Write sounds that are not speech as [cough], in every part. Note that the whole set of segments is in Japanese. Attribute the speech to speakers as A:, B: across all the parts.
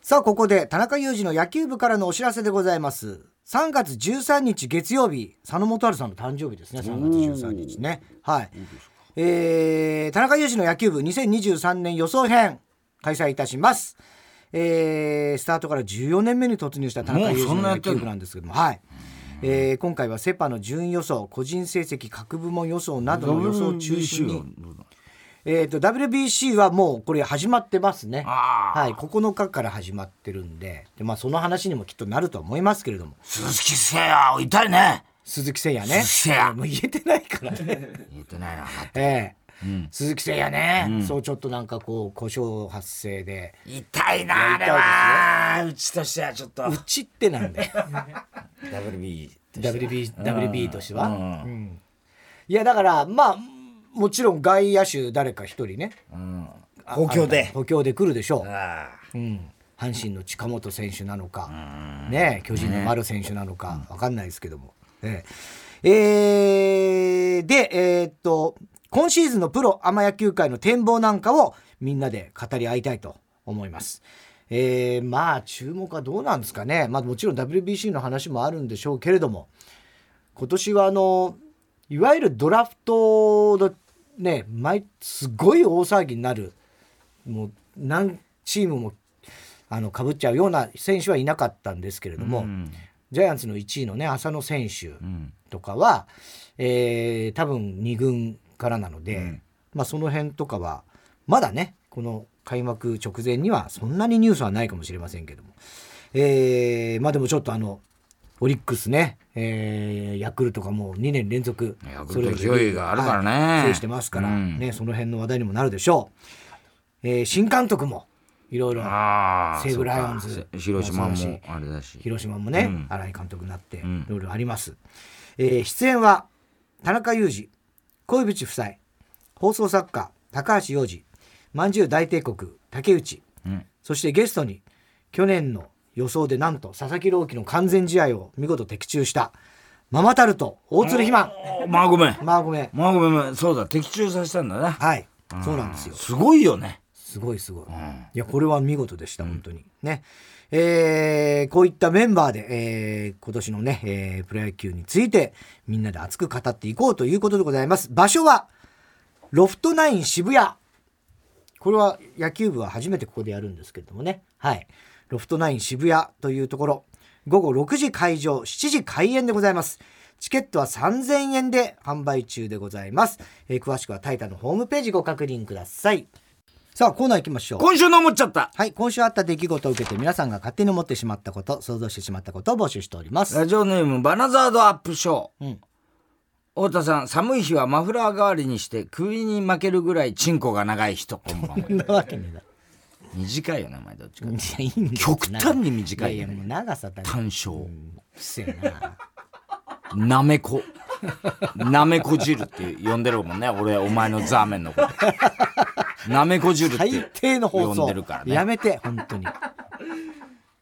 A: さあ、ここで田中裕二の野球部からのお知らせでございます。3月13日月曜日、佐野元春さんの誕生日ですね、3月13日ね。はい。えー、田中裕二の野球部2023年予想編、開催いたします。えー、スタートから14年目に突入した田中裕
B: もうそ
A: 二
B: んな
A: の
B: やっ
A: 野
B: てる
A: 球部なんですけども、はい。えー今回はセ・パの順位予想、個人成績、各部門予想などの予想を中心に、えー、と WBC はもうこれ始まってますね、
B: あー
A: はい、9日から始まってるんでで、まあ、その話にもきっとなるとは思いますけれども
B: 鈴木誠也痛いね
A: 鈴木誠也ね
B: 鈴木誠
A: [laughs]
B: 也
A: もう言えてないから
B: [laughs]
A: ね、
B: 言ってないな
A: ええ鈴木誠也ね、そうちょっとなんかこう故障発生で
B: 痛いなあれはうちとしてはちょっと
A: うちってなん
B: [laughs]
A: だよ
B: WB
A: WB, WB としては、
B: うん
A: うんいやだからまあもちろん外野手誰か一人ねあ
B: 補強で
A: あ補強で来るでしょう、
B: あ
A: うん、阪神の近本選手なのか、ねえ、巨人の丸選手なのか、わかんないですけども。えええーで、えーっと、今シーズンのプロアマ野球界の展望なんかをみんなで語り合いたいと思います。えーまあ、注目はどうなんですかね。まあ、もちろん WBC の話もあるんでしょうけれども、今年はあの、いわゆるドラフトのね、毎、すごい大騒ぎになる。もう何チームもあの被っちゃうような選手はいなかったんですけれども、ジャイアンツの1位のね浅野選手とかは、えー多分2軍からなので、まあ、その辺とかはまだねこの開幕直前にはそんなにニュースはないかもしれませんけども、えーまあでもちょっとあのオリックスね、えーヤクルトがもう2年連続
B: ヤク
A: それ
B: ル
A: ぞ
B: ト
A: れ
B: 勢いがあるからね
A: 制してますから、
B: うん
A: ね、その辺の話題にもなるでしょう、えー新監督もいろいろ
B: あー
A: 西武ライオンズ
B: そうか広島
A: も
B: も
A: そうだし
B: あれだし
A: 広島もね、
B: うん
A: 新井監督になってい
B: ん
A: ろいろあります、えー出演は田中裕二小渕夫妻放送作家高橋洋二まんじゅう大帝国竹内
B: うん
A: そしてゲストに去年の予想でなんと佐々木朗希の完全試合を見事的中したママタルト大鶴ひま
B: おまあごめん
A: まあごめん
B: まあごめんごめんそうだ的中させたんだな
A: はいそうなんですよ
B: すごいよね
A: すごいすごい。いや、これは見事でした、本当に。ね。えーこういったメンバーで、えー今年のね、えープロ野球について、みんなで熱く語っていこうということでございます。場所は、ロフトナイン渋谷。これは野球部は初めてここでやるんですけれどもね。はい。ロフトナイン渋谷というところ、午後6時会場、7時開演でございます。チケットは3000円で販売中でございます。えー詳しくはタイタのホームページご確認ください。さあ、コーナー行きましょう。
B: 今週の思っちゃった
A: はい、今週あった出来事を受けて皆さんが勝手に思ってしまったこと、想像してしまったことを募集しております。
B: ラジオネームバナザードアップショー、
A: うん
B: 太田さん寒い日はマフラー代わりにして首に負けるぐらいチンコが長
A: [laughs]
B: い人こんばんは
A: そんなわけねえだ [laughs] ろ。
B: 短いよねお前どっちか
A: いやいいんだよ
B: 極端に短い
A: い
B: よ
A: やいや、
B: ね
A: もう長さだけ。
B: 短小
A: くせえ [laughs] な。
B: なめ [laughs] こなめこ汁って呼んでるもんね俺お前のザーメン
A: [laughs]
B: のことなめこ汁っ
A: 最
B: て
A: 低の放
B: 呼ん
A: 送
B: でるから。ね
A: やめて、本当に。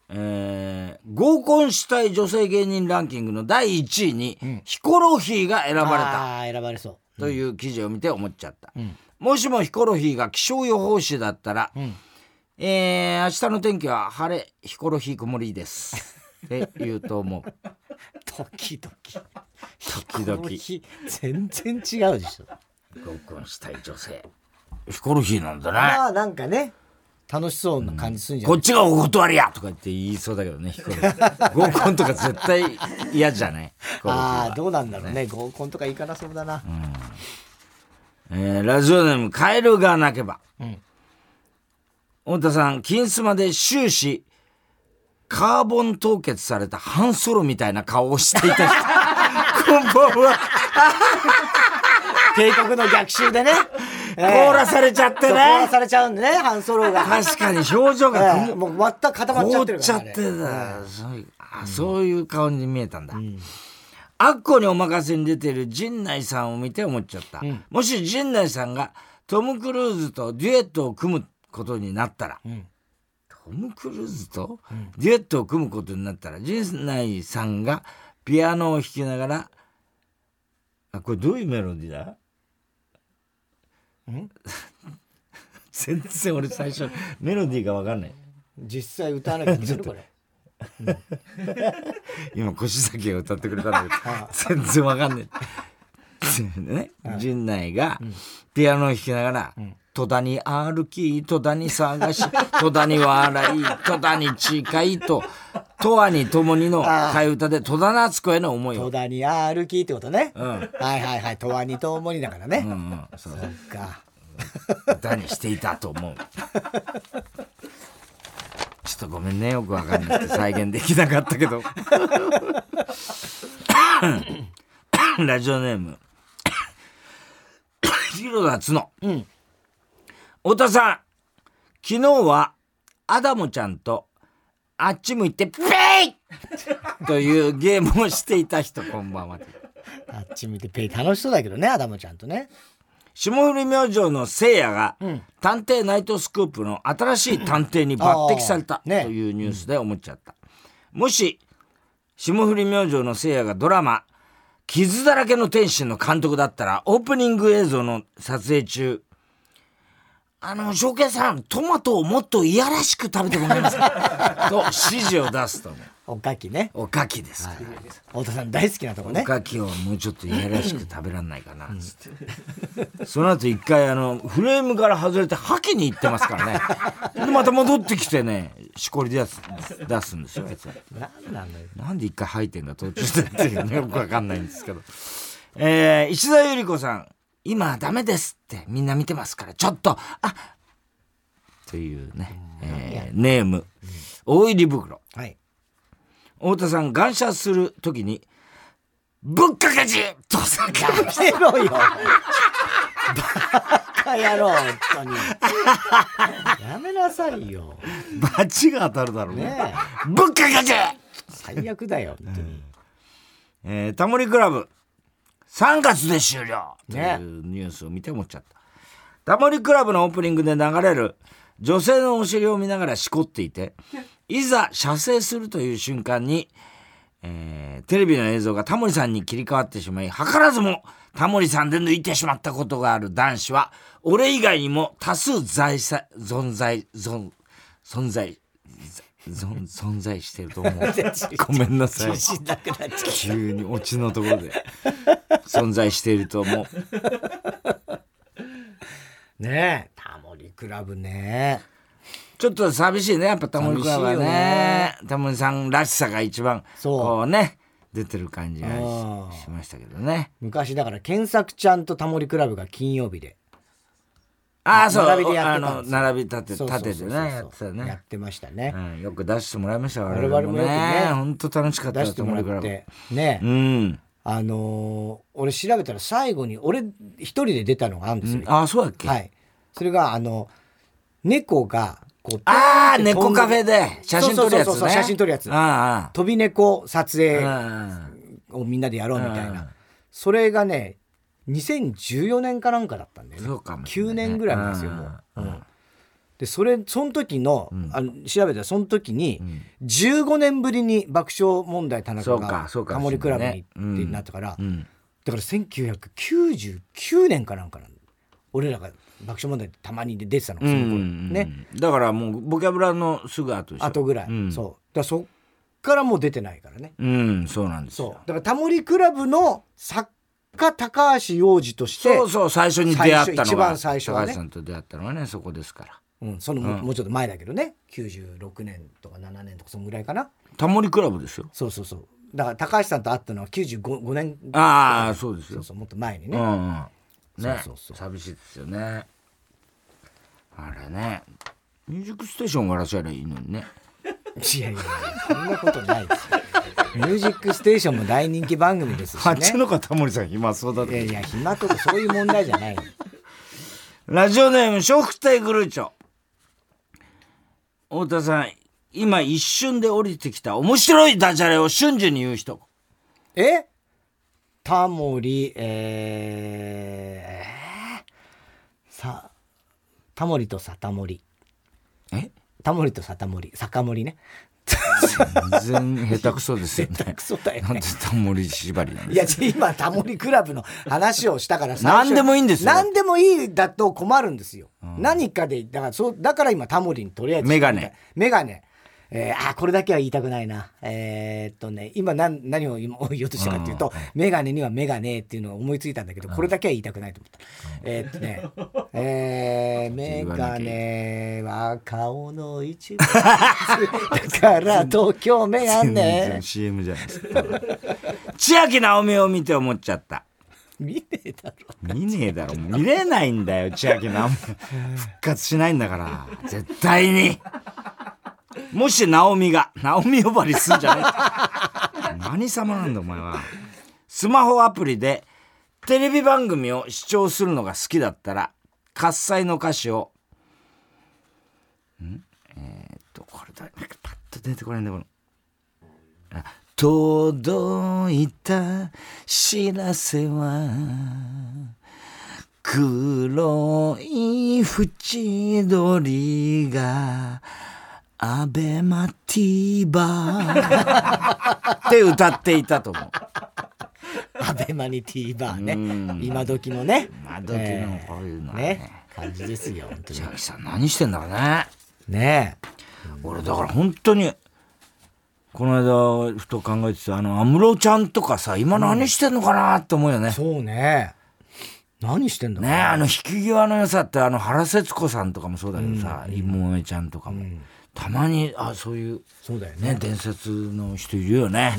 B: えー合コンしたい女性芸人ランキングの第1位に、ヒコロヒーが選ばれた
A: あー選ばれそ
B: という記事を見て思っちゃった、もしもヒコロヒーが気象予報士だったら、えー明日の天気は晴れヒコロヒー曇りです [laughs] って言うと思う
A: う。時々。
B: 時々
A: 時々。全然違うでしょ。
B: 合コンしたい女性ヒコロヒーなんだね
A: まあ、なんかね、楽しそうな感じするんじゃ
B: こ
A: ない
B: っちがお断りやとか言って言いそうだけどねヒコロヒー合コンとか絶対嫌じゃないヒコロヒーは
A: ああー、どうなんだろうね。合コンとか行かなそうだな。
B: えーラジオネーム「カエルが鳴けば」太田さん金スマで終始カーボン凍結された半ソロみたいな顔をして
A: [laughs]
B: いた人こんばんは
A: 帝国の逆襲でね。えー
B: 凍らされちゃって
A: 凍ら
B: ね
A: されちゃうんでね、ハンソロが。
B: 確かに表情が
A: ええもう全く固まっちゃ
B: 凍
A: って
B: っ
A: るか
B: ちゃ
A: ら [laughs]
B: っ
A: ね。
B: てた、そういうあそういう顔に見えたんだ、あっこにお任せに出てる陣内さんを見て思っちゃった、もし陣内さんがトム・クルーズとデュエットを組むことになったら、トム・クルーズとデュエットを組むことになったら陣内さんがピアノを弾きながらあこれどういうメロディーだ [laughs] 全然俺最初メロディーが分かんない
A: 実際歌わなきゃいけないのこれ
B: 今腰崎が歌ってくれたんだけど全然わかんないね、陣内がピアノを弾きながら「戸田に歩き戸田に探し [laughs] 戸田に笑い戸田に近い」と「とわにともに」の替え歌で戸田夏子への思い
A: 戸
B: を
A: 田に歩きってことね、
B: ん
A: はいはいはい「とわにともに」だからね、
B: うんうんそう
A: そっか
B: 歌にしていたと思うちょっとごめんねよくわかんなくて再現できなかったけどラジオネーム広田角、
A: ん
B: 太田さん昨日はアダモちゃんとあっち向いてペイというゲームをしていた人こんばんは
A: あっち見てペイ楽しそうだけどねアダムちゃんとね
B: 霜降り明星のせいやが、
A: ん
B: 探偵ナイトスクープの新しい探偵に抜擢された
A: あ
B: と
A: ーね
B: いうニュースで思っちゃった。もし、霜降り明星のせいやがドラマ、傷だらけの天使の監督だったら、オープニング映像の撮影中、あの、翔慶さん、トマトをもっといやらしく食べてもらえますかと指示を出すと思
A: おかきね
B: う。おかきですから。
A: 太田さん大好きなとこ
B: お
A: ね
B: かきをもうちょっといやらしく食べらんないかなっつってその後一回あのフレームから外れて覇気に行ってますからねでまた戻ってきてねしこり出す出すんですよあいつは
A: なんなのよ
B: なんで一回吐いてんだ途中でっていうねよくわかんないんですけどえー、石田ゆり子さん今はダメですってみんな見てますからちょっとあというね、えーネーム大入り袋
A: はい
B: 太田さん感謝するときに「ぶっかけじ!」と叫ぶ
A: 来てろよバカ野郎本当にやめなさいよ
B: バチが当たるだろうね
A: ね
B: ぶっかけじ、
A: え最悪だよ本当に、
B: えータモリクラブ3月で終了とい
A: ね
B: うニュースを見て思っちゃった、タモリクラブのオープニングで流れる女性のお尻を見ながらしこってい [laughs] ていざ射精するという瞬間に、えーテレビの映像がタモリさんに切り替わってしまい図らずもタモリさんで抜いてしまったことがある男子は俺以外にも多数在さ存在存存在存存在してると [laughs] 思うごめんなさい
A: 自信なくなっちゃう
B: 急にオチのところで存在していると思う
A: ねえタモリクラブね
B: ちょっと寂しいねやっぱタモリ君は
A: 寂
B: ね
A: しいよね
B: タモリさんらしさが一番
A: そう
B: こうね出てる感じが
A: うん
B: ししましたけどね
A: 昔だから健作ちゃんとタモリクラブが金曜日で
B: ああそう
A: 並びでやって
B: あ
A: たん
B: の
A: ですよ
B: 並び立て
A: そうそう
B: 立
A: そう
B: て
A: そ
B: て
A: う
B: ねや
A: や
B: ってたね
A: っ、てましたね
B: うん、よく出してもらいました我
A: 々
B: 々も
A: もよくね
B: ね本当楽しかった
A: 出してもら
B: タモ
A: っ
B: リクラ
A: てね
B: ブうん
A: あのー俺調べたら最後に俺一人で出たのがあるんですよ、
B: ああそうだっけ、
A: はいそれがあの猫がこう
B: ああ
A: 飛んで
B: 猫カフェで写真撮るやつ
A: そうそうそうそう
B: ね
A: 写真撮るやつ
B: あ
A: 飛び猫撮
B: あ
A: 影
B: あ
A: をみんなでやろうみたい
B: うん
A: なそれがね2014年かなんかだったんだよね
B: そうかもしれな
A: 9
B: いね
A: 年ぐらいなんですよもう、
B: うん
A: うんでそれその時の,、あの調べたらその時に、15年ぶりに爆笑問題田中
B: そうか
A: が
B: そうか
A: タモリクラブに
B: そうね
A: ってなったから、
B: あうん
A: だから1999年かなんかなんだ俺らが爆笑問題ってたまに出てたのがその頃、ね
B: ねだからもうボキャブラのすぐ後でしょ
A: あとぐらい、
B: うん、
A: そうだからそっからもう出てないからね
B: うんそうなんです
A: そう
B: よ
A: だからタモリクラブの作家高橋洋二として
B: そうそう最初に出会っ
A: 最
B: たのが
A: 初一番最初はね
B: 高橋さんと出会ったのはねそこですから
A: うん、そのも,、うもうちょっと前だけどね96年とか7年とかそのぐらいかな
B: タモリクラブですよ
A: そうそうそうだから高橋さんと会ったのは95 5年
B: ああそうです
A: そ
B: よ
A: うそうもっと前に
B: う
A: ね、
B: んうんね
A: そうそうそう
B: 寂しいですよねあれね「ミュージックステーション」終わらせりゃいいのにね
A: いやいやいやそんなことないですよ「ミュージックステーション」も大人気番組ですし
B: あっち
A: ね
B: の方タモリさん暇そうだ
A: いや
B: ね
A: いや暇とかそういう問題じゃないの
B: ラジオネーム食亭グルーチョ太田さん今一瞬で降りてきた面白いダジャレを瞬時に言う人
A: えタモリえー、さタモリとさタモリ
B: え
A: タモリとさタモリ酒盛りね
B: 全然下手くそですよね。
A: 下手くそだよね
B: なんでタモリ縛りな
A: [laughs]
B: ん
A: い
B: です
A: や、じゃあ今、タモリクラブの話をしたから最初
B: [laughs] 何でもいいんですよ
A: 何でもいいだと困るんですよ。何かで、だから、そう、だから今、タモリにとりあえず。
B: メガネ。
A: メガネ。えー、あーこれだけは言いたくないな。えーっとね、今何何を今言おうとしたかっていうと、メガネにはメガネっていうのを思いついたんだけど、これだけは言いたくないと思った。えーっとね、え
B: [laughs]
A: ー、メガネは顔の一部 [laughs] だから東京メガ
B: 全然
A: ネ。
B: CM じゃないですか。千秋直美を見て思っちゃった。
A: 見ねえだろ。
B: 見ねえだろ。見れないんだよ、千秋直美。復活しないんだから。絶対に。もし直美が、直美呼ばわりすんじゃねえ。何様なんだお前は。スマホアプリでテレビ番組を視聴するのが好きだったら、喝采の歌詞を、んえーっと、これだ、なんかパッと出てこないんだ、この。あ届いた知らせは、黒い縁取りが、アベマティーバーって歌っていたと思う。
A: アベマに T バーね今時のね
B: 今時のこういうのはね
A: ね感じですよ本当に
B: 千秋さん何してんだろうね。
A: ね
B: 俺だから本当に、この間ふと考えてた、あの、安室ちゃんとかさ、今何してんのかなって思うよね
A: え。そうね何してんだろう
B: ねあの引き際の良さってあの原節子さんとかもそうだけどさ、妹ちゃんとかも、たまにあそういう
A: そうだよね
B: ね伝説の人いるよね。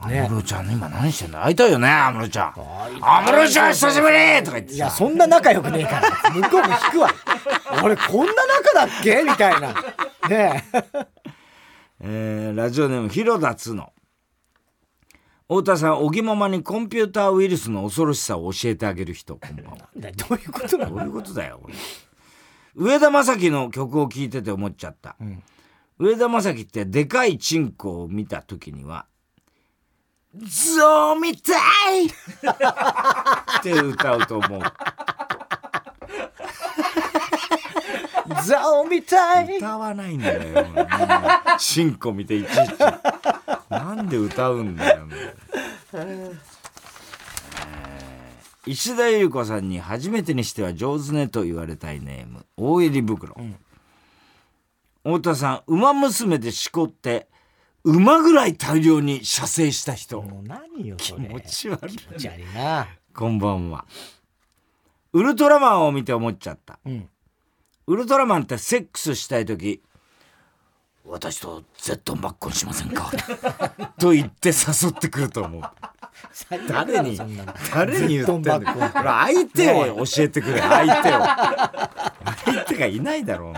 B: 安
A: ね
B: 室、ちゃんね今何してんだ会いたいよね安室ちゃん。安室ちゃん久しぶりとか言って
A: い
B: さ
A: やそんな仲良くねえから向こうも引 [laughs] くわ俺こんな仲だっけみたいなねえ
B: えーラジオネーム広田つの太田さんおぎままにコンピューターウイルスの恐ろしさを教えてあげる人こんばんは。
A: だ [laughs] どういうことな
B: ど
A: の
B: ういうことだよ、これ上田正樹の曲を聴いてて思っちゃった。上田正樹ってでかいチンコを見た時には、ゾウみたい [laughs] って歌うと思う。
A: ザオみたい
B: 歌わないんだよ。もうチンコ見ていちいち。なんで歌うんだよ。もう石田ゆり子さんに初めてにしては上手ねと言われたいネーム大入り袋、太田さん馬娘でしこって馬ぐらい大量に射精した人、
A: もう何よそれ
B: 持ち悪い
A: 気持ち悪いな
B: こんばんはウルトラマンを見て思っちゃった、
A: ん
B: ウルトラマンってセックスしたい時私とゼットンバッコンしません [laughs] かと言って誘ってくると思う誰に
A: そんなの
B: 誰に言ってんの
A: ずっとバック
B: これ相手を教えてくれ相手を相手がいないだろう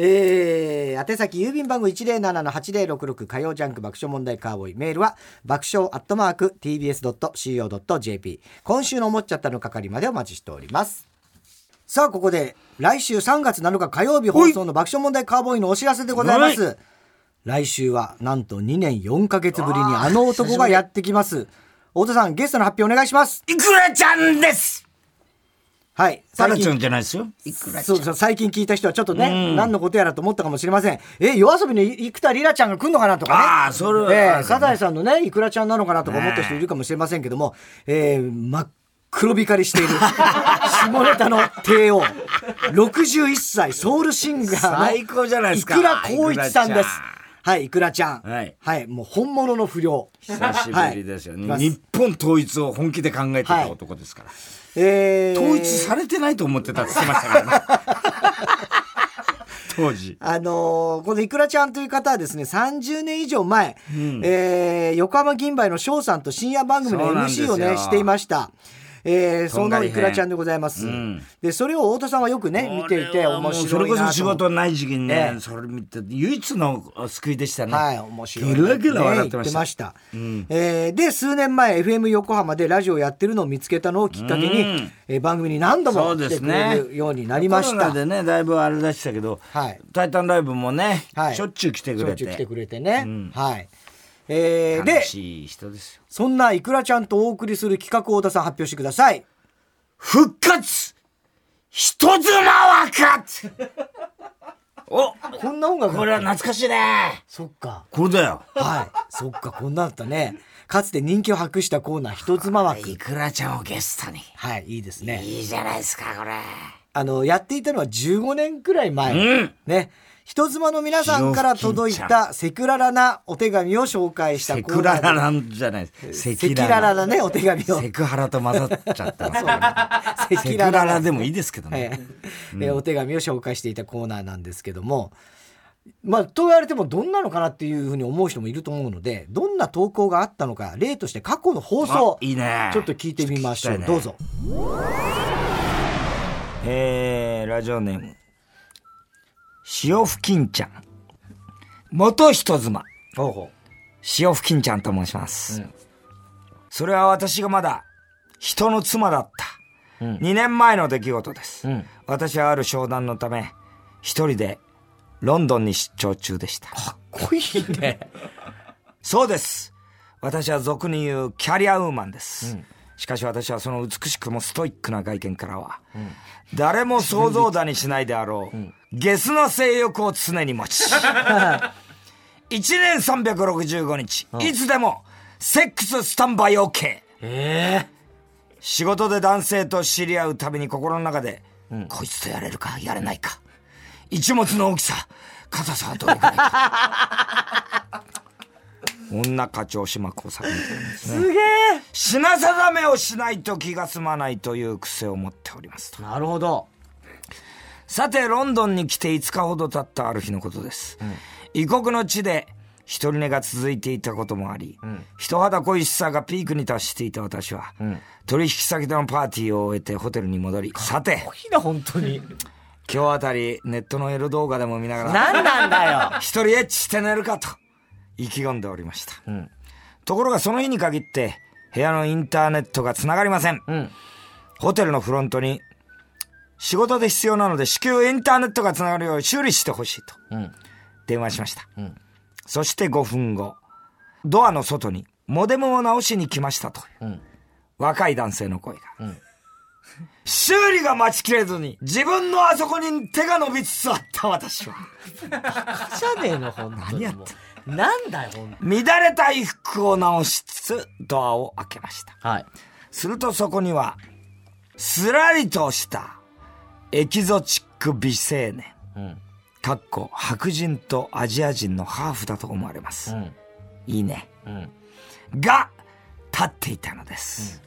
A: えー、宛先郵便番号107-8066火曜ジャンク爆笑問題カーボーイメールは爆笑アットマーク tbs.co.jp 今週の思っちゃったの係までお待ちしておりますさあここで来週3月7日火曜日放送の爆笑問題カーボーイのお知らせでございま
B: は
A: す来週はなんと2年4ヶ月ぶりにあの男がやってきます太田さんゲストの発表お願いします
B: いくらちゃんです
A: はい
B: タ
A: 最
B: ラ
A: 近
B: ちゃんじゃないですよいくら
A: そうそう最近聞いた人はちょっとね、何のことやらと思ったかもしれません。え、夜遊びに生田リラちゃんが来るのかなとかね。
B: ああそれは
A: えーサザエさんのね、イクラちゃんなのかなとか思った人いるかもしれませんけども、えー真っ黒光りしている、
B: [laughs]
A: 下ネタの帝王、61歳、ソウルシンガーの、
B: 最高じゃないですか
A: イクラ光一さんです。はい、イクラちゃん。
B: はい
A: もう本物の不良。
B: 久しぶりですよね、
A: はい
B: 日本統一を本気で考えてた男ですから、
A: えー
B: 統一されてないと思ってたって言ってましたからね [laughs] 当時
A: あのーこのイクラちゃんという方はですね、30年以上前、えー横浜銀杯の翔さんと深夜番組
B: そ
A: の
B: うなんですよ
A: MC をね、していました。えー
B: と
A: そ
B: んが
A: の
B: り
A: イ
B: 編
A: クラちゃんでございます。
B: ん
A: で、それを太田さんはよくね、見ていて面
B: そ
A: 白
B: れ
A: い
B: こ
A: なと
B: そ仕事ない時期にね、
A: ええ
B: それ見て唯一の救いでしたね
A: はい、面白い。
B: ゲラゲラ笑ってました
A: ね言たえーで、数年前、FM 横浜でラジオやってるのを見つけたのをきっかけに、
B: うん
A: えー番組に何度
B: そ
A: も
B: う
A: 来
B: で
A: て
B: す
A: く
B: ね
A: れるようになりまし
B: コ
A: た。
B: ロナでねだいぶあれ出してたけど、
A: はい
B: タイタンライブもね、
A: はい
B: しょっちゅう来てく
A: しょっ
B: れ
A: ちゅ
B: て
A: う来てくれてね。
B: うん
A: はい。えーで
B: 楽、しい人ですよ
A: そんなイクラちゃんとお送りする企画を太田さん発表してください。 [laughs]
B: 復活人妻枠お
A: こんな音楽
B: これは
A: な
B: 懐かしいね
A: そっか
B: これだよ。
A: はいそっかこんなだったねかつて人気を博したコーナー人妻枠
B: いくらちゃんをゲストに。
A: はいいいですね
B: いいじゃないですか、これ。
A: あのやっていたのは15年くらい前、
B: うん
A: ね人妻の皆さんから届いたセクララなお手紙を紹介した
B: セ
A: コー
B: ク
A: ナー
B: ラ
A: で
B: ラなんじゃないです。
A: セキララなねお手紙を
B: セクハラと混ざっちゃったな。
A: セ
B: セクララでもいいですけど
A: え
B: ね。
A: ええお手紙を紹介していたコーナーなんですけどもまあと言われてもどんなのかなっていうふうに思う人もいると思うのでどんな投稿があったのか例として過去の放送
B: あいいね
A: ちょっと聞いてみましょう、
B: ちょっと
A: ど
B: 聞
A: う
B: きた
A: ぞ
B: えー、ラジオネーム。塩ふきんちゃん。元人妻。
A: ほうほ
B: 塩ふきんちゃんと申します。それは私がまだ人の妻だった、2年前の出来事です、
A: ん
B: 私はある商談のため、一人でロンドンに出張中でした。
A: こいいね
B: そうです。私は俗に言うキャリアウーマンです。しかし私はその美しくもストイックな外見からは、誰も想像だにしないであろう、ゲスな性欲を常に持ち、1年365日、いつでも、セックススタンバイ OK。
A: え
B: 仕事で男性と知り合うたびに心の中で、こいつとやれるか、やれないか。一物の大きさ、硬さはどれくらいか。女課長島耕作みたいなです
A: え
B: ね。
A: すげえ
B: 品定めをしないと気が済まないという癖を持っておりますと。
A: なるほど
B: さて、ロンドンに来て5日ほど経ったある日のことです。異国の地で、独り寝が続いていたこともあり、人肌恋しさがピークに達していた私は、取引先でのパーティーを終えてホテルに戻り、さて、
A: こいいな本当に
B: 今日あたりネットのエロ動画でも見ながら、
A: [laughs] 何なんだよ
B: 一人エッチして寝るかと、意気込んでおりました。ところがその日に限って、部屋のインターネットが繋がりません。ホテルのフロントに、仕事で必要なので至急インターネットが繋がるよう修理してほしいと、電話しました。そして5分後、ドアの外にモデムを直しに来ましたという、若い男性の声が。修理が待ちきれずに自分のあそこに手が伸びつつあった私は。
A: じゃねえの本当に
B: 何やっ
A: もうなんだよ本
B: 乱れた衣服を直しつつドアを開けました。
A: 当はい
B: するとそこには、すらりとしたエキゾチック美青年。かっこ白人とアジア人のハーフだと思われます。いいね。が、立っていたのです。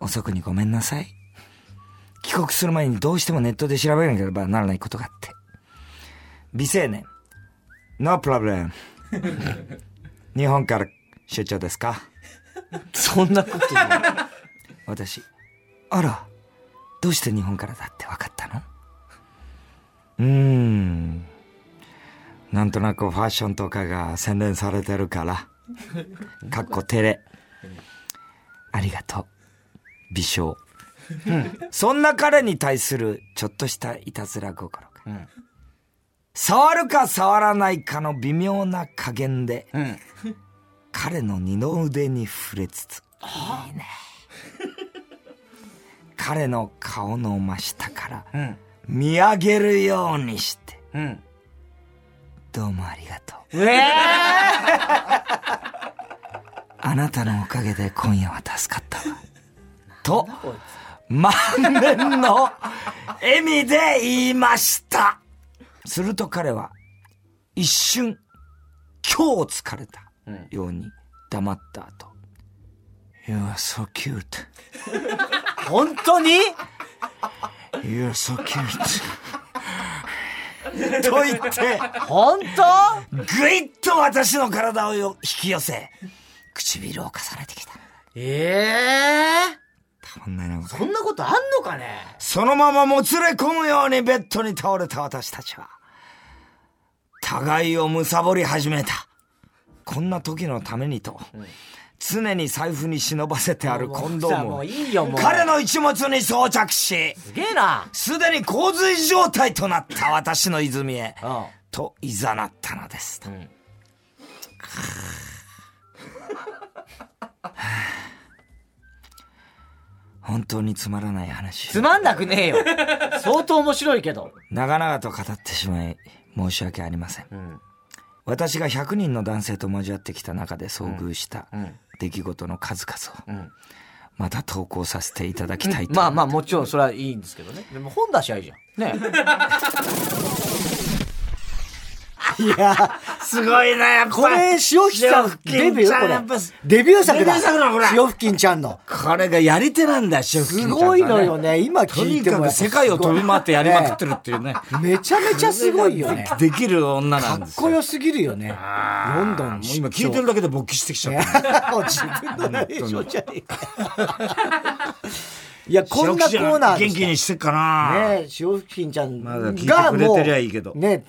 B: 遅くにごめんなさい。帰国する前にどうしてもネットで調べなければならないことがあって。美青年。No problem. 日本から出張ですか
A: そんなこと言う
B: 私あらどうして日本からだって分かったのうーんなんとなくファッションとかが洗練されてるからかっこ照れありがとう微笑、そんな彼に対するちょっとしたいたずら心が、触るか触らないかの微妙な加減で、彼の二の腕に触れつついいね彼の顔の真下から見上げるようにして、どうもありがとうあなたのおかげで今夜は助かったわと満面の笑みで言いましたすると彼は一瞬今日疲れたように黙った後、You are so cute
A: 本当に
B: You're so cute. [laughs] と言って、
A: 本当
B: ぐいっと私の体をよ引き寄せ、唇を重ねてきた。
A: ええ
B: たまんないな、これ
A: こんなことあんのかね
B: そのままもつれ込むようにベッドに倒れた私たちは、互いを貪り始めた。こんな時のためにと、常に財布に忍ばせてあるコンドーム
A: も
B: を
A: ういいよもう
B: 彼の一物に装着し、
A: すげえな
B: すでに洪水状態となった私の泉へ
A: うん、
B: と誘ったのです。本当につまらない話
A: つまんなくねえよ。相当面白いけど。
B: 長々と語ってしまい申し訳ありません、
A: ん
B: 私が100人の男性と交わってきた中で遭遇した出来事の数々を、また投稿させていただきたいと、
A: まあまあ、もちろんそれはいいんですけどね。でも本出しゃいいじゃん。ね。いや、
B: すごいなやっぱ
A: これ、潮吹さん、デビュ
B: これ
A: ーこれ。デビュー作だ。
B: デビュー作だこれ
A: 潮吹きんちゃんの。
B: これがやり手なんだし
A: すごいのよね。今
B: と
A: 聞い
B: に
A: て
B: か
A: もや
B: く
A: っぱすご
B: 世
A: い。
B: 界を飛び回ってやりまくってるっていうね
A: めちゃめちゃすごいよね。か
B: できる女なんで
A: っ
B: す
A: こ
B: よ
A: よすぎるよね。ロンドンも
B: もう今聞いてるだけで勃起してき
A: [laughs]
B: ちゃっ
A: ね
B: た
A: もう自分のナレーションじゃねえか。 [laughs] いや、こんなコーナーで
B: 元
A: し
B: 気
A: た
B: にしてっかな、
A: ねえ、潮吹きんちゃん
B: ま
A: が
B: だ聞いてくれてりゃいいけど
A: もうねえ、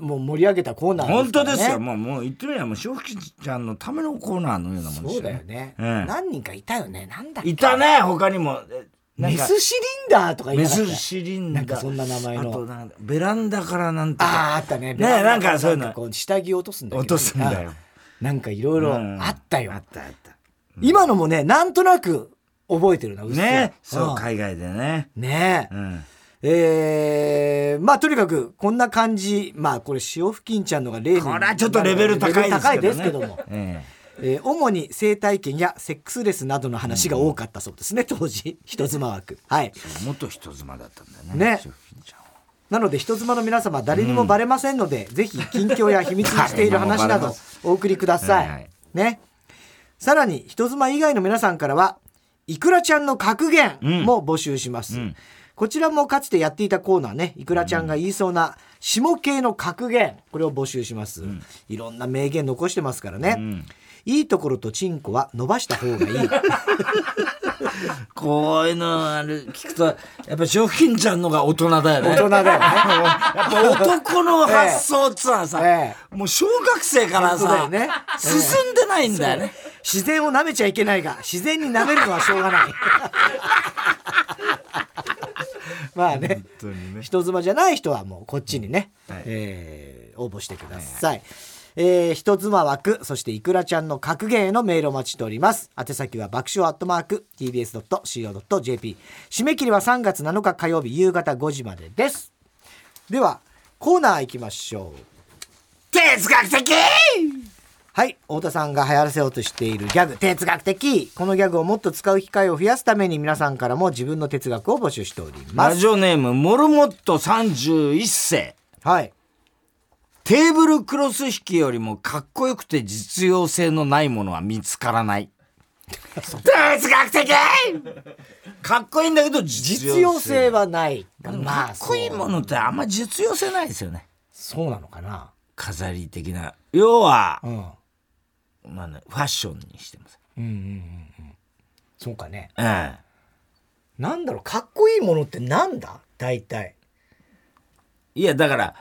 A: もう盛り上げたコーナー
B: 本
A: から
B: 当
A: ね
B: ですよ、もうもう言ってみればもう潮吹ちゃんのためのコーナーのようなもんで
A: そう
B: すよ
A: だ
B: ね
A: よね。
B: ええ
A: 何人かいたよね。なんだっけ
B: いたね他にもえなん
A: メ
B: か
A: スシリンダーとか言
B: メ
A: いなかっ
B: ス
A: た
B: シリンダー
A: なんかそんな名前の
B: あとなんかベランダからなんと
A: ああ、
B: か
A: あったね。
B: ねえなんかそういうの
A: なんこ下着落とすんだけど
B: 落とすんだよ。
A: なんかいろいろ
B: うん
A: あったよ
B: あ。ったあった
A: 今のもね、なんとなく覚えてるな、うっすら
B: ねそう。
A: ん
B: 海外でね
A: ねえ
B: う。ん
A: えー、まあとにかくこんな感じまあこれ潮付近ちゃんのが例に
B: これはちょっとレベル高いですけどね
A: レベル高いですけども、
B: え
A: えー主に生態圏やセックスレスなどの話が多かったそうですね、当時人妻枠はい
B: え元人妻だったんだよね
A: ね
B: 潮吹ちゃんは
A: なので人妻の皆様誰にもバレませんので、ぜひ近況や秘密にしている話な [laughs] どお送りください、
B: はいはい
A: ねさらに人妻以外の皆さんからはいくらちゃんの格言も募集します、こちらもかつてやっていたコーナーねいくらちゃんが言いそうな下系の格言これを募集します、いろんな名言残してますからね、いいところとチンコは伸ばした方がいい
B: こういうのある聞くとやっぱ潮吹ちゃんのが大人だよね
A: 大人だよね
B: やっぱ男の発想っつうのはさ、
A: え
B: もう小学生から
A: そうだ
B: さ、
A: よね
B: 進んでないんだよね。
A: 自然を舐めちゃいけないが自然に舐めるのはしょうがない [laughs] まあね人妻じゃない人はもうこっちにね、えー応募してください、えー人妻枠そしていくらちゃんの格言へのメールをお待ちしております宛先は爆笑アットマーク TBS.CO.JP 締め切りは3月7日火曜日夕方5時までですではコーナー行きましょう
B: 哲学的
A: はい太田さんが流行らせようとしているギャグ哲学的このギャグをもっと使う機会を増やすために皆さんからも自分の哲学を募集しておりま
B: ラ
A: す
B: ジオネーム、モルモット31世。
A: はい
B: テーブルクロス引きよりもかっこよくて実用性のないものは見つから [laughs] ない。哲学的かっこいいんだけど実
A: 必
B: 用性。
A: 要性はない
B: まあ、かっこいいものってあんま実用性ないですよね。
A: そうそうなのかな
B: 飾り的な。要は
A: う、ん
B: まあね、ファッションにしてます。
A: そうかね
B: ええ。
A: なんだろうかっこいいものってなんだ大体
B: いやだから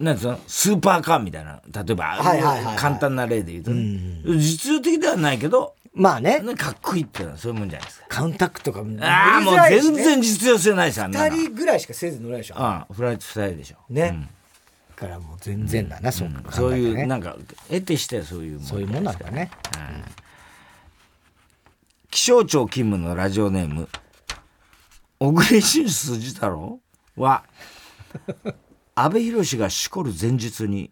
B: なんつうのスーパーカーみたいな例えば、
A: はいはいはい
B: 簡単な例で言うとね、実用的ではないけど
A: まあね
B: かっこいいっていうのはそういうもんじゃないですか
A: カウンタックとか乗り
B: ああも
A: づ
B: う
A: らいし
B: 全
A: ね
B: 然実用性ないですあんなの
A: 二人ぐらいしかせず乗れないでしょ
B: ああフライト2人でしょ
A: ね、だからもう全然だな、そう考えたら
B: そういう、
A: ね
B: なんか得てしてそういうもん
A: そういうもんなんだね
B: 気象庁勤務のラジオネーム小栗旬筋太郎は安倍博がしこる前日に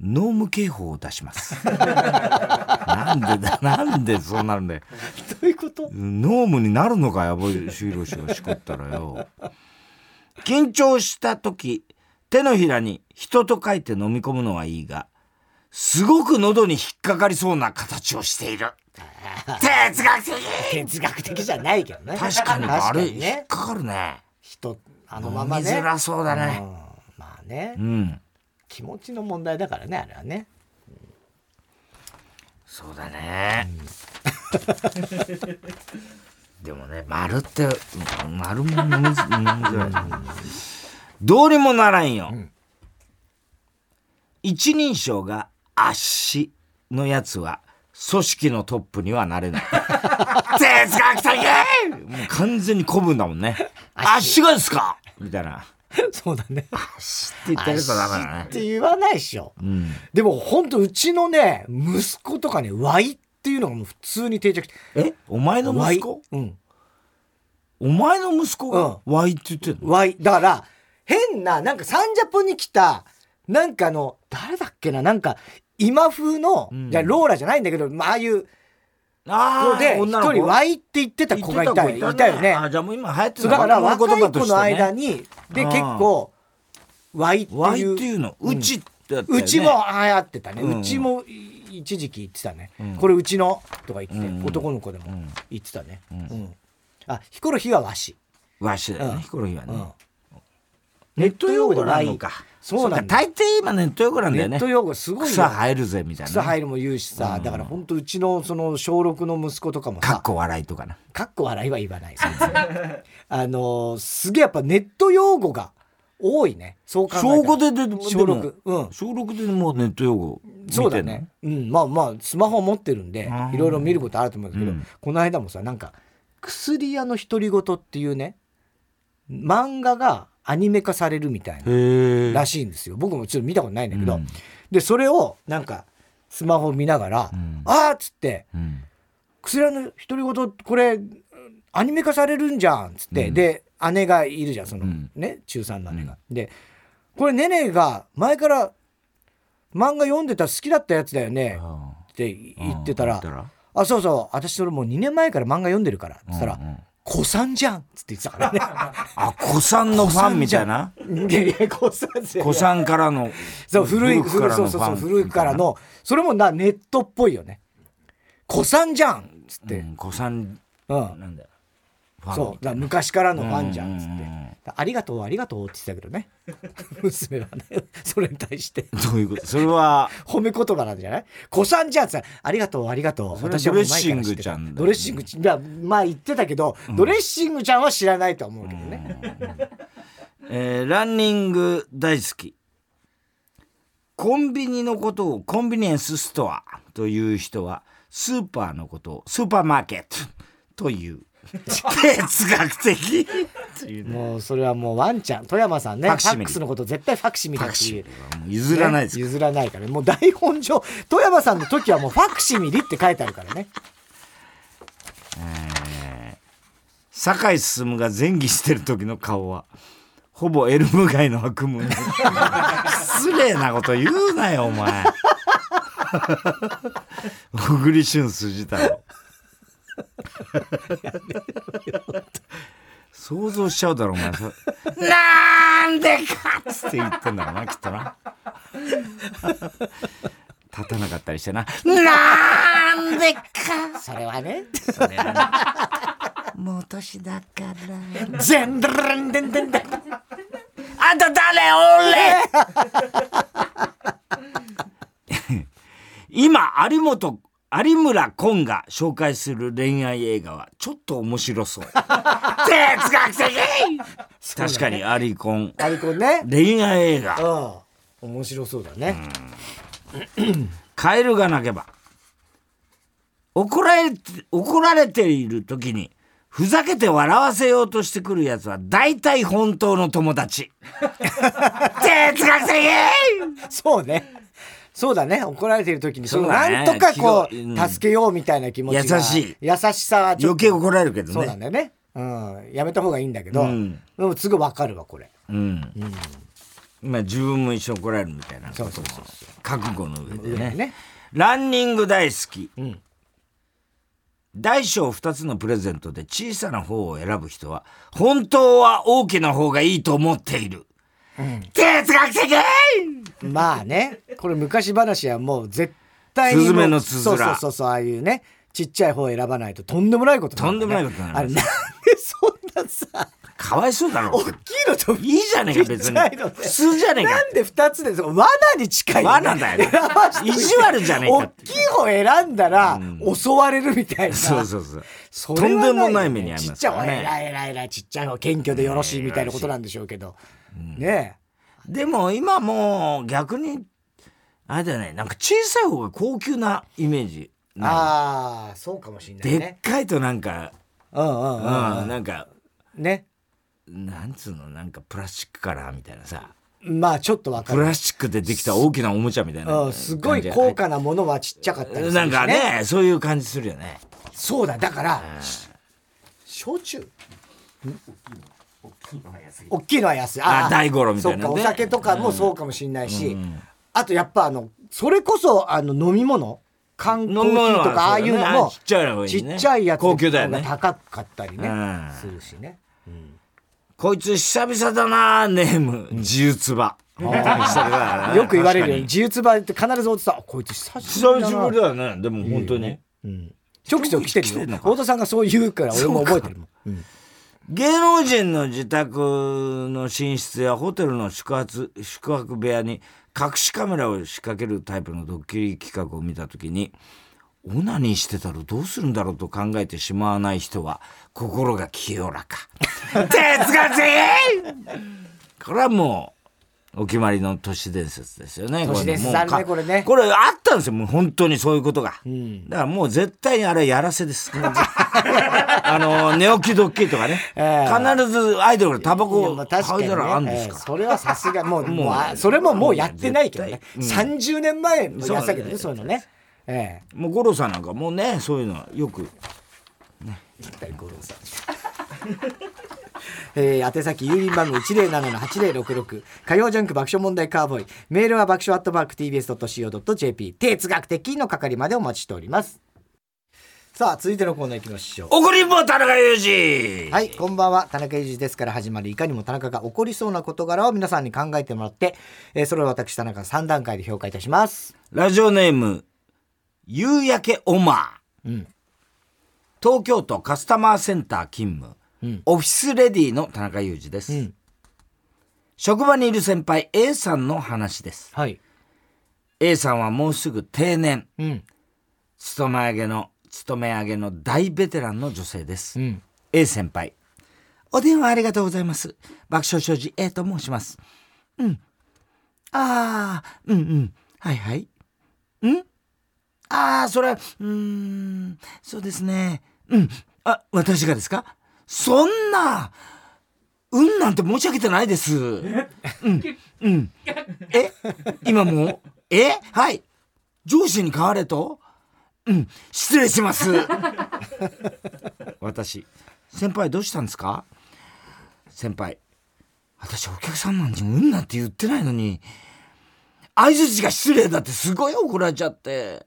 B: 濃霧警報を出しますなんでだなんでそうなるんだよ
A: どういうこと
B: ノームになるのかよ、ボイシュイロシがしこったらよ。緊張した時、手のひらに人と書いて飲み込むのはいいが、すごく喉に引っかかりそうな形をしている。哲学的
A: 哲学的じゃないけどね
B: 確かに、あれ、引っ
A: ね
B: かかるね。
A: 人あの
B: 飲
A: まま
B: み
A: ね
B: づらそうだ
A: うん
B: ね。
A: まあね、
B: うん。
A: 気持ちの問題だからねあれはね [laughs]
B: そうだね。 [laughs] でもね、丸って、丸も飲みづ飲みづらい。どうにもならんよ。一人称が圧死のやつは、組織のトップにはなれない。 [laughs] 哲学的もう完全に古文だもんね。圧死がですかみたいな。
A: そうだね
B: 圧死って言ってるとダメだ
A: 足
B: ね
A: っ。て言わないでしょ、
B: うん。
A: でもほんとうちのね息子とかねワイっていうのがもう普通に定着して
B: えお前の息子
A: ワイうん
B: お前の息子が、わいって言ってんの
A: わい、だから、変な、なんかサンジャポに来た、なんかあの、誰だっけな、なんか、今風の、
B: うん
A: いや、ローラじゃないんだけど、まあ、ああいう
B: あ
A: 子
B: ー
A: で、
B: 女の
A: 一
B: 子
A: 人、わいって言ってた子がいたよね。いたよね。
B: あーじゃあもう今流行って
A: そ
B: る
A: うだから、若い子の間
B: に。
A: に、で、
B: うん
A: 結構、わいって
B: わい
A: い
B: っ
A: う。
B: ていうの、うちってやったよ
A: う
B: ね
A: ちも、ああやってたね。
B: うん
A: うちも、い一時期言ってたね。
B: うん
A: これ、うちの、とか言って、
B: うん
A: 男の子でも
B: ん
A: 言ってたね。うんん。あ、ヒコロヒーはわし。
B: わしだよ
A: うん
B: ね、ヒコロヒーは
A: う
B: ね
A: ん。。
B: ネット用語なのか。
A: そうなんだ
B: か大抵今ネット用語なんだ
A: ネ
B: よね。
A: ット用語すごいよ
B: 草生えるぜみたいなね。
A: 草入るも言うしさ、だから本当うちのその小6の息子とかも
B: かっ
A: さ
B: こ笑いとかな。
A: かっこ笑いは言わないですあのーすげえやっぱネット用語が多いねそう考えたら
B: 小五でででも
A: 小六うん
B: 小六でもうネット用語見てんの
A: そうだね。うんまあまあスマホ持ってるんで
B: あー
A: いろいろ見ることあると思うんですけど、
B: うん
A: この間もさなんか「薬屋の独り言」っていうね漫画がアニメ化されるみたいな
B: へえ。
A: らしいんですよ僕もちょっと見たことないんだけど、
B: うん
A: でそれをなんかスマホ見ながら「
B: ん
A: あーっつって
B: うん
A: 薬屋の独り言これアニメ化されるんじゃんっつって、で姉がいるじゃんその、
B: うん
A: ね中3の姉が。でこれねねが前から漫画読んでた好きだったやつだよね
B: あ
A: って言ってたら
B: あ言ったら
A: 「あそうそう私それもう2年前から漫画読んでるから」っつったら
B: うんうん
A: 「子さんじゃん」っつって言ってたからね。
B: あ、子さんのファンみたいな。
A: [laughs] いやいや子さんじゃん
B: 子さんからの。
A: そう古い古い
B: の
A: そうそうそう
B: ファン
A: 古いからのそれもなネットっぽいよね「子さんじゃん」っつっ
B: みた
A: て
B: いな。うん子さん、
A: うん
B: なんだよ。ファン
A: そうだから昔からのファンじゃんっつって「ありがとうありがとう」って言ってたけどね [laughs] 娘はねそれに対して
B: どういうことそれは、
A: 褒め言葉なんじゃない子さんじゃんってさ「ありがとうありがとう」
B: それは
A: はもう前から
B: ドレッシン
A: 知っ
B: グ
A: て
B: ちゃ
A: た
B: んだよね
A: ドレッシングちゃんいやまあ言ってたけどドレッシングちゃんは知らないとは思うけどね
B: えーランニング大好き。コンビニのことをコンビニエンスストアという人は、スーパーのことをスーパーマーケット
A: [laughs]
B: という。哲学的っていうね。
A: もうそれはもうワンちゃん富山さんねファ
B: ファクシミリ
A: ックスのこと絶対ファクシミリ
B: タ
A: っ
B: ク
A: て
B: シー
A: いう
B: はもう譲らないです
A: ね
B: か
A: 譲らないからもう台本上富山さんの時はもうファクシミリって書いてあるからね
B: 酒井進が前儀してる時の顔はほぼエルム街の悪夢 [laughs] 失礼なこと言うなよお前小栗旬辻太郎想像しちゃうだろお前そなんでかっつって言ってんだろうなきっとな立たなかったりしてななんでか
A: それはね
B: もう年だから
A: 全然全然
B: あんた誰俺 [laughs] 今有本有村昆が紹介する恋愛映画はちょっと面白 [laughs] そう哲学的確かにアリコン
A: アリコンね
B: 恋愛映画
A: うん面白そうだね、
B: カエルが鳴けば怒られて怒られている時にふざけて笑わせようとしてくるやつは大体本当の友 [laughs] 達哲学的
A: [laughs] そうねそうだね怒られてる時にその
B: そうだね
A: なんとかこう、
B: 気がうん
A: 助けようみたいな気持ちが
B: 優しい
A: 優しさはちょっと
B: 余計怒られるけどね
A: そうなんだよね、うん、やめた方がいいんだけど、
B: うん
A: でもすぐ分かるわこれ
B: うん。まあ自分も一緒に怒られるみたいなことも
A: そうそう
B: 覚悟の上でね
A: ね
B: ランニング大好き、
A: ん
B: 大小2つのプレゼントで小さな方を選ぶ人は本当は大きな方がいいと思っている、哲学的
A: まあねこれ昔話はもう絶対にもう
B: スズメのつ
A: そう
B: づら
A: そうそうそうああいうねちっちゃい方を選ばないととんでもないことるね
B: とんでもないことにな
A: あ
B: り
A: れ
B: ま
A: なんでそんなさ
B: かわいそうだろ
A: 大きいのと
B: いいじゃねえか別
A: ちっ
B: に
A: ちゃいのね
B: 普通じゃねえか
A: なんで二つでそこ罠に近いね、
B: 罠だよね
A: 選ばしといて
B: 意地悪じゃねえか
A: 大きい方選んだら襲われるみたいな、
B: そうそうそう
A: そ
B: と
A: れ
B: ん
A: は
B: で
A: よ
B: もない目に遭い
A: ち
B: ま
A: っ
B: す
A: ちゃ
B: か
A: い方偉
B: らね
A: い偉い偉いちっちゃい方謙虚でよろしいみたいなことなんでしょうけど、ね
B: でも今もう逆にあれだよねなんか小さい方が高級なイメージ
A: えああそうかもしれない
B: で
A: ね
B: っかいとなんか、
A: うんうん
B: う、
A: うんんうん、
B: なんか
A: ね
B: なんつうのなんかプラスチックカラーみたいなさ
A: まあちょっとわか
B: プ
A: る
B: ラスチックでできた大きなおもちゃみたいな
A: うん、すごい高価なものはちっちゃかったりするし、ね、
B: なんかねそういう感じするよね
A: そうだだからし焼酎大きいのは安い。
B: あ大五郎みたいなね
A: そうか、お酒とかもそうかもしれないし、あとやっぱあの、それこそあの飲み物、缶コーヒーとかああいうのも、
B: ちっちゃいのがいい
A: ち
B: ね
A: っちゃいやつ
B: 高級だよね
A: 高かったりね
B: うん、
A: するしね。
B: こいつ久々だなネーム自由つば [laughs] 久々だな
A: よく言われるよ
B: 確かに
A: 自由つばって必ずおじさん、あこいつ久しぶりだ
B: 久し
A: な
B: ぶり。だよねでも本当に
A: ちょくちょく来てる
B: 来てん
A: よ。
B: のか
A: 太田さんがそう言うから俺も覚えてるもん。
B: 芸能人の自宅の寝室やホテルの宿泊宿泊部屋に隠しカメラを仕掛けるタイプのドッキリ企画を見た時にオナニーしてたらどうするんだろうと考えてしまわない人は心が清らか [laughs] 哲学これはもうお決まりの都市伝説ですよね
A: 都市伝説あるねこれね
B: これあったんですよもう本当にそういうことが、だからもう絶対にあれやらせです
A: [laughs]
B: あの寝起きドッキリとかね、
A: え
B: 必ずアイドルがタバ
A: いや
B: コ
A: まあ
B: 吐いたらあるんです
A: えー
B: か
A: それはさすがもう
B: もう
A: もうあそれももうやってないけどね
B: 絶、
A: 30年前のやつだけどね
B: そ
A: そういうのねえ
B: ら、もう五郎さんなんかもうねそういうのはよく
A: え一体五郎さん [laughs] えー、宛先郵便番号107-8066火曜ジャンク爆笑問題カーボーイメールは爆笑アットマーク TBS.CO.JP 哲学的の係までお待ちしておりますさあ続いてのコーナーいきましょう
B: 怒りんぼ田中裕二、
A: はい、こんばんは。田中裕二ですから始まるいかにも田中が起こりそうな事柄を皆さんに考えてもらって、えーそれを私田中が3段階で評価いたします。
B: ラジオネーム夕焼けオマー
A: うん。
B: 東京都カスタマーセンター勤務、
A: うん
B: オフィスレディの田中裕二です、
A: うん
B: 職場にいる先輩 A さんの話です
A: はい。
B: A さんはもうすぐ定年
A: うん。
B: 勤め上げの勤め上げの大ベテランの女性です、
A: ん
B: A 先輩お電話ありがとうございます爆笑障子 A と申しますうんああうんうんはいはいんああそれはうーんそうですねうんあ私がですかそんなうんなんて申し上げてないですうんうんえ今もうえはい上司に変われとうん失礼します私先輩どうしたんですか先輩私お客さんなんにうんなんて言ってないのに相づちが失礼だってすごい怒られちゃって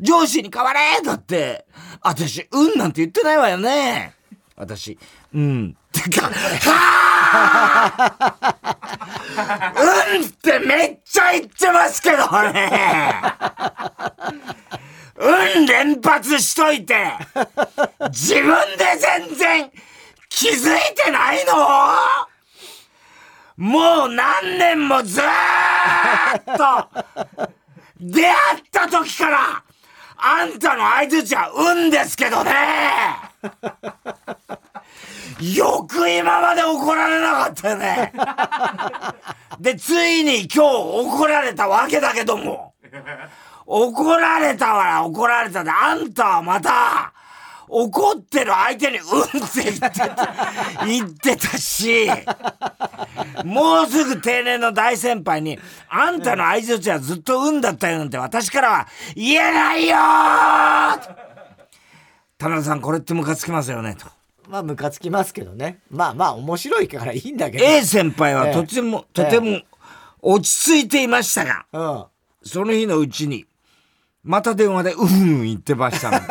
B: 上司に変われだって私うんなんて言ってないわよね私うんてかはあうんってめっちゃ言ってますけどねうん連発しといて自分で全然気づいてないのもう何年もずーっと出会った時からあんたの相づちは運ですけどねよく今まで怒られなかったよねでついに今日怒られたわけだけども怒られたわら怒られたであんたはまた怒ってる相手にうんって言って
A: [laughs]
B: た言ってたしもうすぐ定年の大先輩にあんたの相づちはずっとうんだったよなんて私からは言えないよー田中さんこれってムカつきますよねと
A: まあ、ムカつきますけどね。まあまあ、面白いからいいんだけど。
B: A 先輩はとても、
A: ええ
B: とても落ち着いていましたが
A: うん。
B: その日のうちに、また電話で、うんうん言って
A: [laughs]
B: ましたので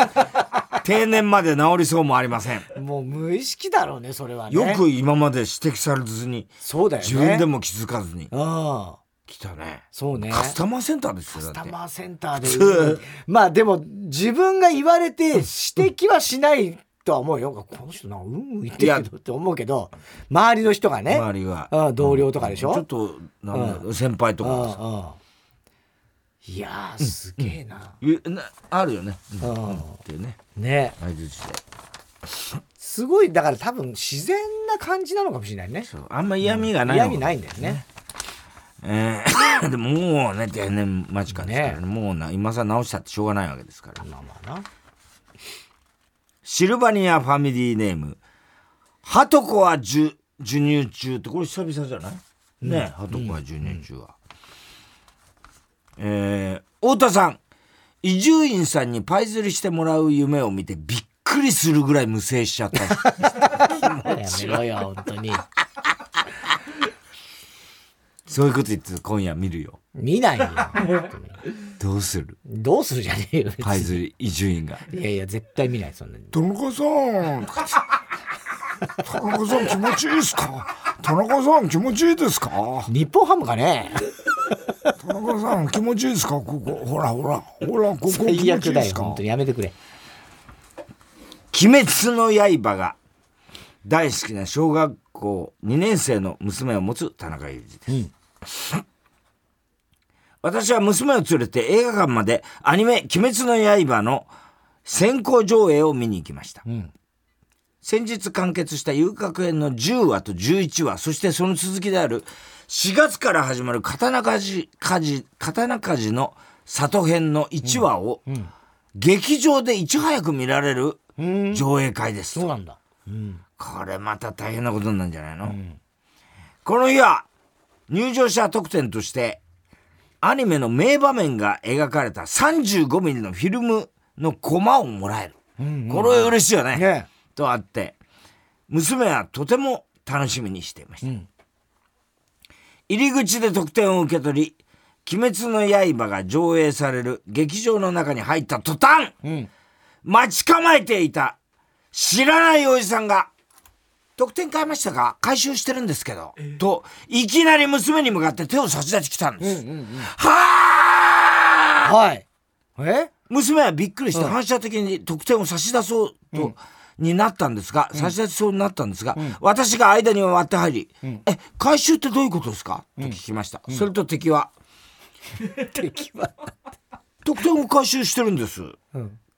B: 定年まで治りそうもありません。
A: もう無意識だろうね、それはね。
B: よく今まで指摘されずに、
A: そうだよね。
B: 自分で。も気づかずに。
A: うん。
B: 来たね。
A: そうね。
B: カスタマーセンターですよ、
A: カス
B: だ
A: タ
B: って。
A: マーセンターで
B: 普通
A: まあでも自分が言われて指摘はしないとは思うよこの人なんかうんうん言ってるけどって思うけど周りの人がね
B: 周りが。
A: うん同僚とかでしょ、
B: ちょっと、なんだろう、先輩とかさ。
A: いやーすげえな、
B: ゆなあるよね。うん
A: うん
B: っていうね。
A: ね
B: 相づちで。
A: すごいだから多分自然な感じなのかもしれないね
B: そうあんま嫌味がない。
A: 嫌味ないんだよね
B: えーでももうね、定年間近ですからね。もうな、今さ直したってしょうがないわけですから。
A: まあまあな
B: シルバニアファミリーネーム、ハトコは授授乳中って、これ久々じゃない、ねえ、ハトコは授乳中は。えー、太田さん、伊集院さんに
C: [laughs]
B: パイ釣りしてもらう夢を見てびっくりするぐらい無精しちゃった。
A: やめろよ、本当に。
B: そういうこと言って今夜見るよ。
A: 見ないよ。本当に
B: どうする
A: どうするじゃねえよ。別
B: パイズリ伊集院が。
A: にいやいや、絶対見ない、そんなに。
C: 田中さ
B: [laughs]
C: んとか言って田中さん気持ちいいですか田中さん気持ちいいですか
A: 日本ハムがね、
C: 田中さん気持ちいいですかここほらほらほらここ気持ちい
A: 最
C: い
A: 悪
C: で
A: だ
C: す
A: よ、
C: か
A: 本当にやめてくれ。
B: 鬼滅の刃が大好きな小学校2年生の娘を持つ田中裕二です。私は娘を連れて映画館までアニメ「鬼滅の刃」の先行上映を見に行きました、先日完結した遊楽園の10話と11話そしてその続きである4月から始まる刀鍛冶刀鍛冶の里編の1話を劇場でいち早く見られる上映会です、
A: そうなんだ。
B: これまた大変なことになるんじゃないの、この日は入場者特典としてアニメの名場面が描かれた 35mm のフィルムのコマをもらえる、これは嬉しいよね
A: ね
B: とあって娘はとても楽しみにしていました、入り口で特典を受け取り「鬼滅の刃」が上映される劇場の中に入った途端、待ち構えていた知らないおじさんが「得点買いましたか回収してるんですけど」といきなり娘に向かって手を差し出してきたんです。はあ
A: はい。え
B: 娘はびっくりして反射的に得点を差し出そうと、になったんですが差し出しそうになったんですが、私が間に割って入り「え回収ってどういうことですか?」と聞きました、それと敵 [laughs] は
A: 敵は。
B: 「得点を回収してるんです」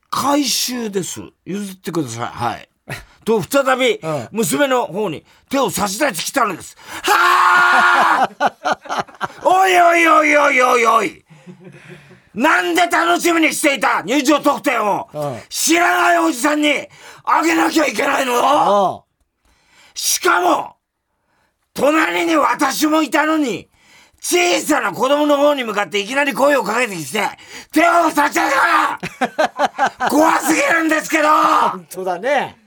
B: 回収です。譲ってください。はい。と、再び、
A: ん
B: 娘の方に手を差し出してきたのです。はあ [laughs] おいおいおいおいおいおいなんで楽しみにしていた入場特典を、
A: うん
B: 知らないおじさんにあげなきゃいけないのよ
A: ああ。
B: しかも、隣に私もいたのに、小さな子供の方に向かっていきなり声をかけてきて、手を差し上げろ [laughs] 怖すぎるんですけど
A: 本当だね。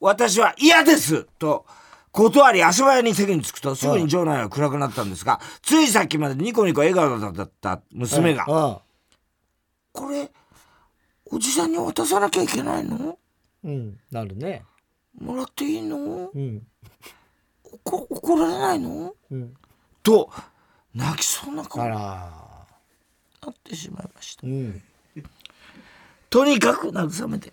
B: 私は嫌ですと断り足早に席に着くとすぐに場内は暗くなったんですが、ついさっきまでニコニコ笑顔だった娘が、
A: が。
B: これ、おじさんに渡さなきゃいけないの
A: うん。うん。なるね。
B: もらっていいの
A: うん。
B: 怒怒られないの
A: うん。
B: と、泣きそうな顔
A: あ
B: にな
A: ら。
B: ってしまいました
A: う。ん。
B: とにかく慰めて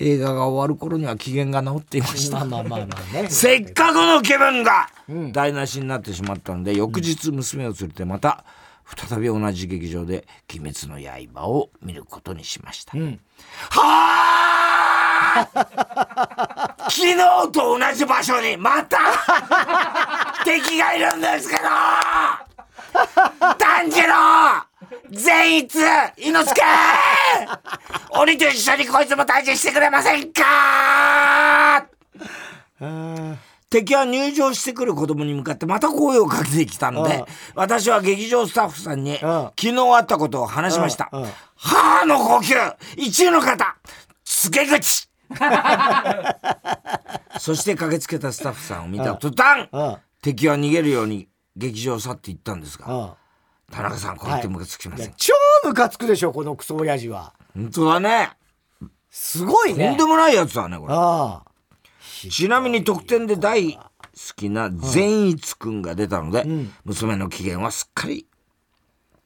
B: 映画が終わる頃には機嫌が治っていまし
A: まあ
B: た
A: まあまあまあね。
B: せっかくの気分が台無しになってしまったので、翌日娘を連れてまた再び同じ劇場で「鬼滅の刃」を見ることにしました、はあ [laughs] 昨日と同じ場所にまた敵がいるんですけど炭治郎善逸猪之助鬼と一緒にこいつも退治してくれませんか敵は入場してくる子供に向かってまた声をかけてきたので私は劇場スタッフさんに昨日あったことを話しました
A: うんうん
B: 母の呼吸一位の方告げ
A: [laughs]
B: 口そして駆けつけたスタッフさんを見た途端
A: うん。あ
B: 敵は逃げるように劇場を去っていったんですが
A: あ。
B: 田中さんこうやってムカつきま
A: い
B: せん、
A: や超ムカつくでしょ、このクソ親父は。
B: 本当だね
A: すごい
B: とん
A: ね
B: で。もないやつだねこれ
A: ああ。
B: ちなみに特典で大好きな善逸くんが出たので、娘の機嫌はすっかり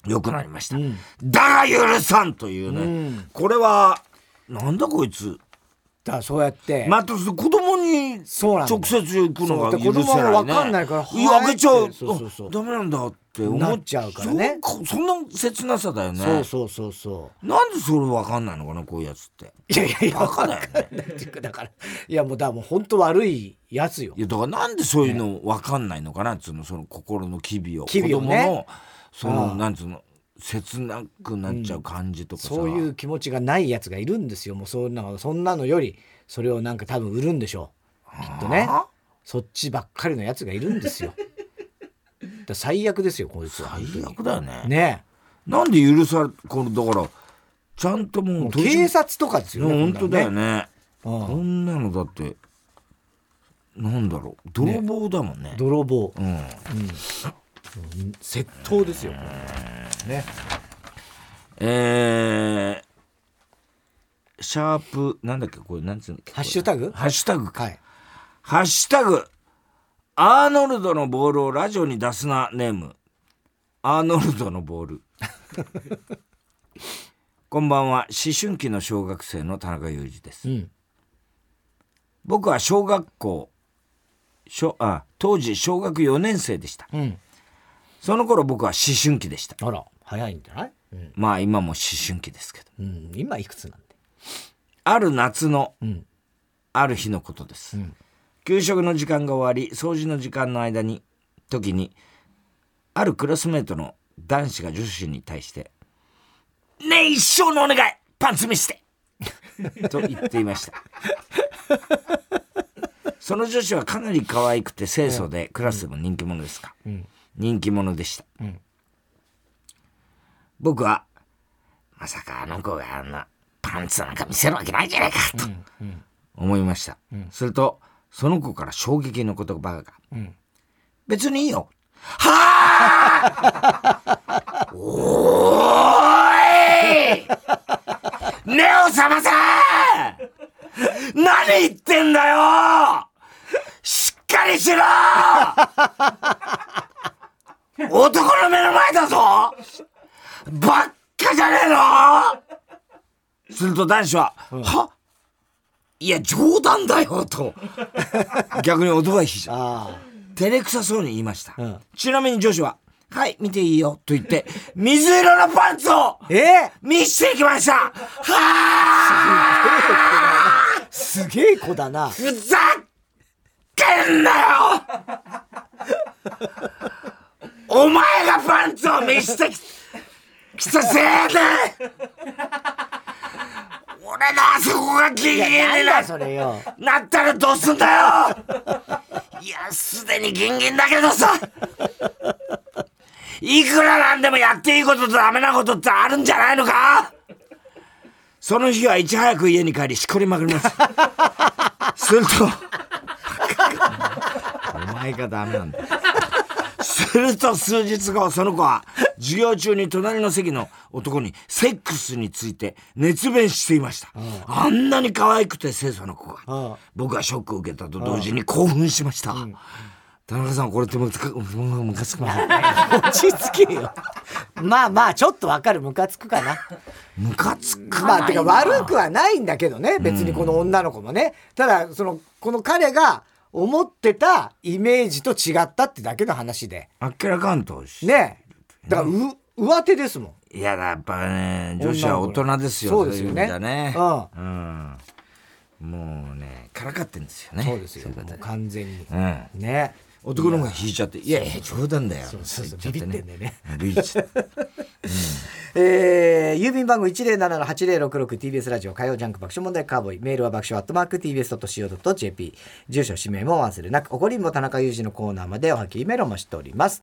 B: 良くなりました、だが許さんというね、これはなんだこいつ
A: だからそうやって。
B: また子供に
A: そうなんだ
B: 直接行くのが許せない、
A: そうで
B: ね、
A: 子供も分かんないから
B: いや開けちゃ
A: は
B: う
A: いそうそうそう
B: あダメなんだって思
A: なっちゃうからね
B: そうそんな切なさだよね
A: そうそうそうそ
B: なんでそれ分かんないのかなこういうやつって
A: う。いやいやいや、
B: バカだよね
A: わかんないっていうかだから、いやもう、だからもう本当悪いやつよ
B: い。やだからなんでそういうの分かんないのかなっつうのその心の機微を
A: 機微をね
B: 子供のそのなんつうの切なくなっちゃう感じとかさ、
A: そういう気持ちがないやつがいるんですよ。もうそんなの、そんなのより、それをなんか多分売るんでしょう。きっとね。そっちばっかりのやつがいるんですよ。だから最悪ですよ、こいつは。
B: 最悪だよね
A: ね
B: なんで許さこれだからちゃんとも
A: も
B: う
A: う
B: 取り締
A: 警察とかですよね。
B: ま本当だよ
A: ね。
B: ね
A: うん
B: こんなのだってなんだろう泥棒だもんね
A: 泥棒、
B: うん、
A: 窃盗ですよ。ね。
B: えー、シャープなんだっけこれなんつうの
A: ハッシュタグ
B: ハッシュタグか
A: はい。
B: ハッシュタグアーノルドのボールをラジオに出すなネームアーノルドのボール [laughs] こんばんは思春期の小学生の田中裕二です、
A: ん
B: 僕は小学校小あ当時小学4年生でした、
A: ん
B: その頃僕は思春期でした
A: あら、早いんじゃないうん。
B: まあ今も思春期ですけど
A: うん、今いくつなんで。
B: ある夏の、
A: ん
B: ある日のことです、給食の時間が終わり掃除の時間の間に時にあるクラスメートの男子が女子に対して「ねえ一生のお願いパンツ見して!」と言っていましたその女子はかなり可愛くて清楚で、クラスでも人気者ですか、人気者でした、僕はまさかあの子があんなパンツなんか見せるわけないじゃないかと思いました、するとその子から衝撃の言葉が「別にいいよ」 [laughs] はあおーい目を覚ませ何言ってんだよしっかりしろ [laughs] 男の目の前だぞばっかじゃねえのすると男子は、はいや、冗談だよと、逆に男が引いちゃう。
A: あ
B: 照れくさそうに言いました。
A: ん
B: ちなみに女子は、はい、見ていいよと言って、水色のパンツを
A: あ。え
B: 見してきましたはあ
A: ー、すげえ子だな。
B: ふざけんなよお前がパンツを見してききたせいで俺のあそこがギリギリに
A: なん
B: な
A: だそれよ。
B: なったらどうすんだよいやすでにギンギンだけどさいくらなんでもやっていいこととダメなことってあるんじゃないのかその日はいち早く家に帰りしこりまくりますするとお前がダメなんだすると数日後その子は授業中に隣の席の男にセックスについて熱弁していました、あんなに可愛くて清楚な子が、
A: うん
B: 僕はショックを受けたと同時に興奮しました、田中さんこれってむかむかつくな
A: 落ち着けよ。まあまあ、ちょっとわかる、ムカつくかな。
B: むかつくない
A: ま
B: な
A: あ、てか悪くはないんだけどね、別にこの女の子もね。ただ、その、この彼が思ってたイメージと違ったってだけの話で。
B: あっけらかんとし
A: ねえ。だから、う、上手ですもん。
B: いやだやっぱね女子は大人ですよ
A: そうですよね
B: そういう意味ではねうん、もうねからかってんですよね
A: そうですよ。
B: いうこと
A: もう完全に。
B: うん
A: ね
B: 男の方が引いちゃって「いやいや冗談だよ」
A: そうそうそう
B: 言っち
A: ビビ
B: ゃ
A: ってんだよね
B: ビビっちゃって
A: えー郵便番号 107-8066TBS ラジオ火曜ジャンク爆笑問題カーボーイメールは爆笑アットマーク TBS.CO.JP 住所氏名も忘れなくおこりんぼ田中裕二のコーナーまでおはきメールをしております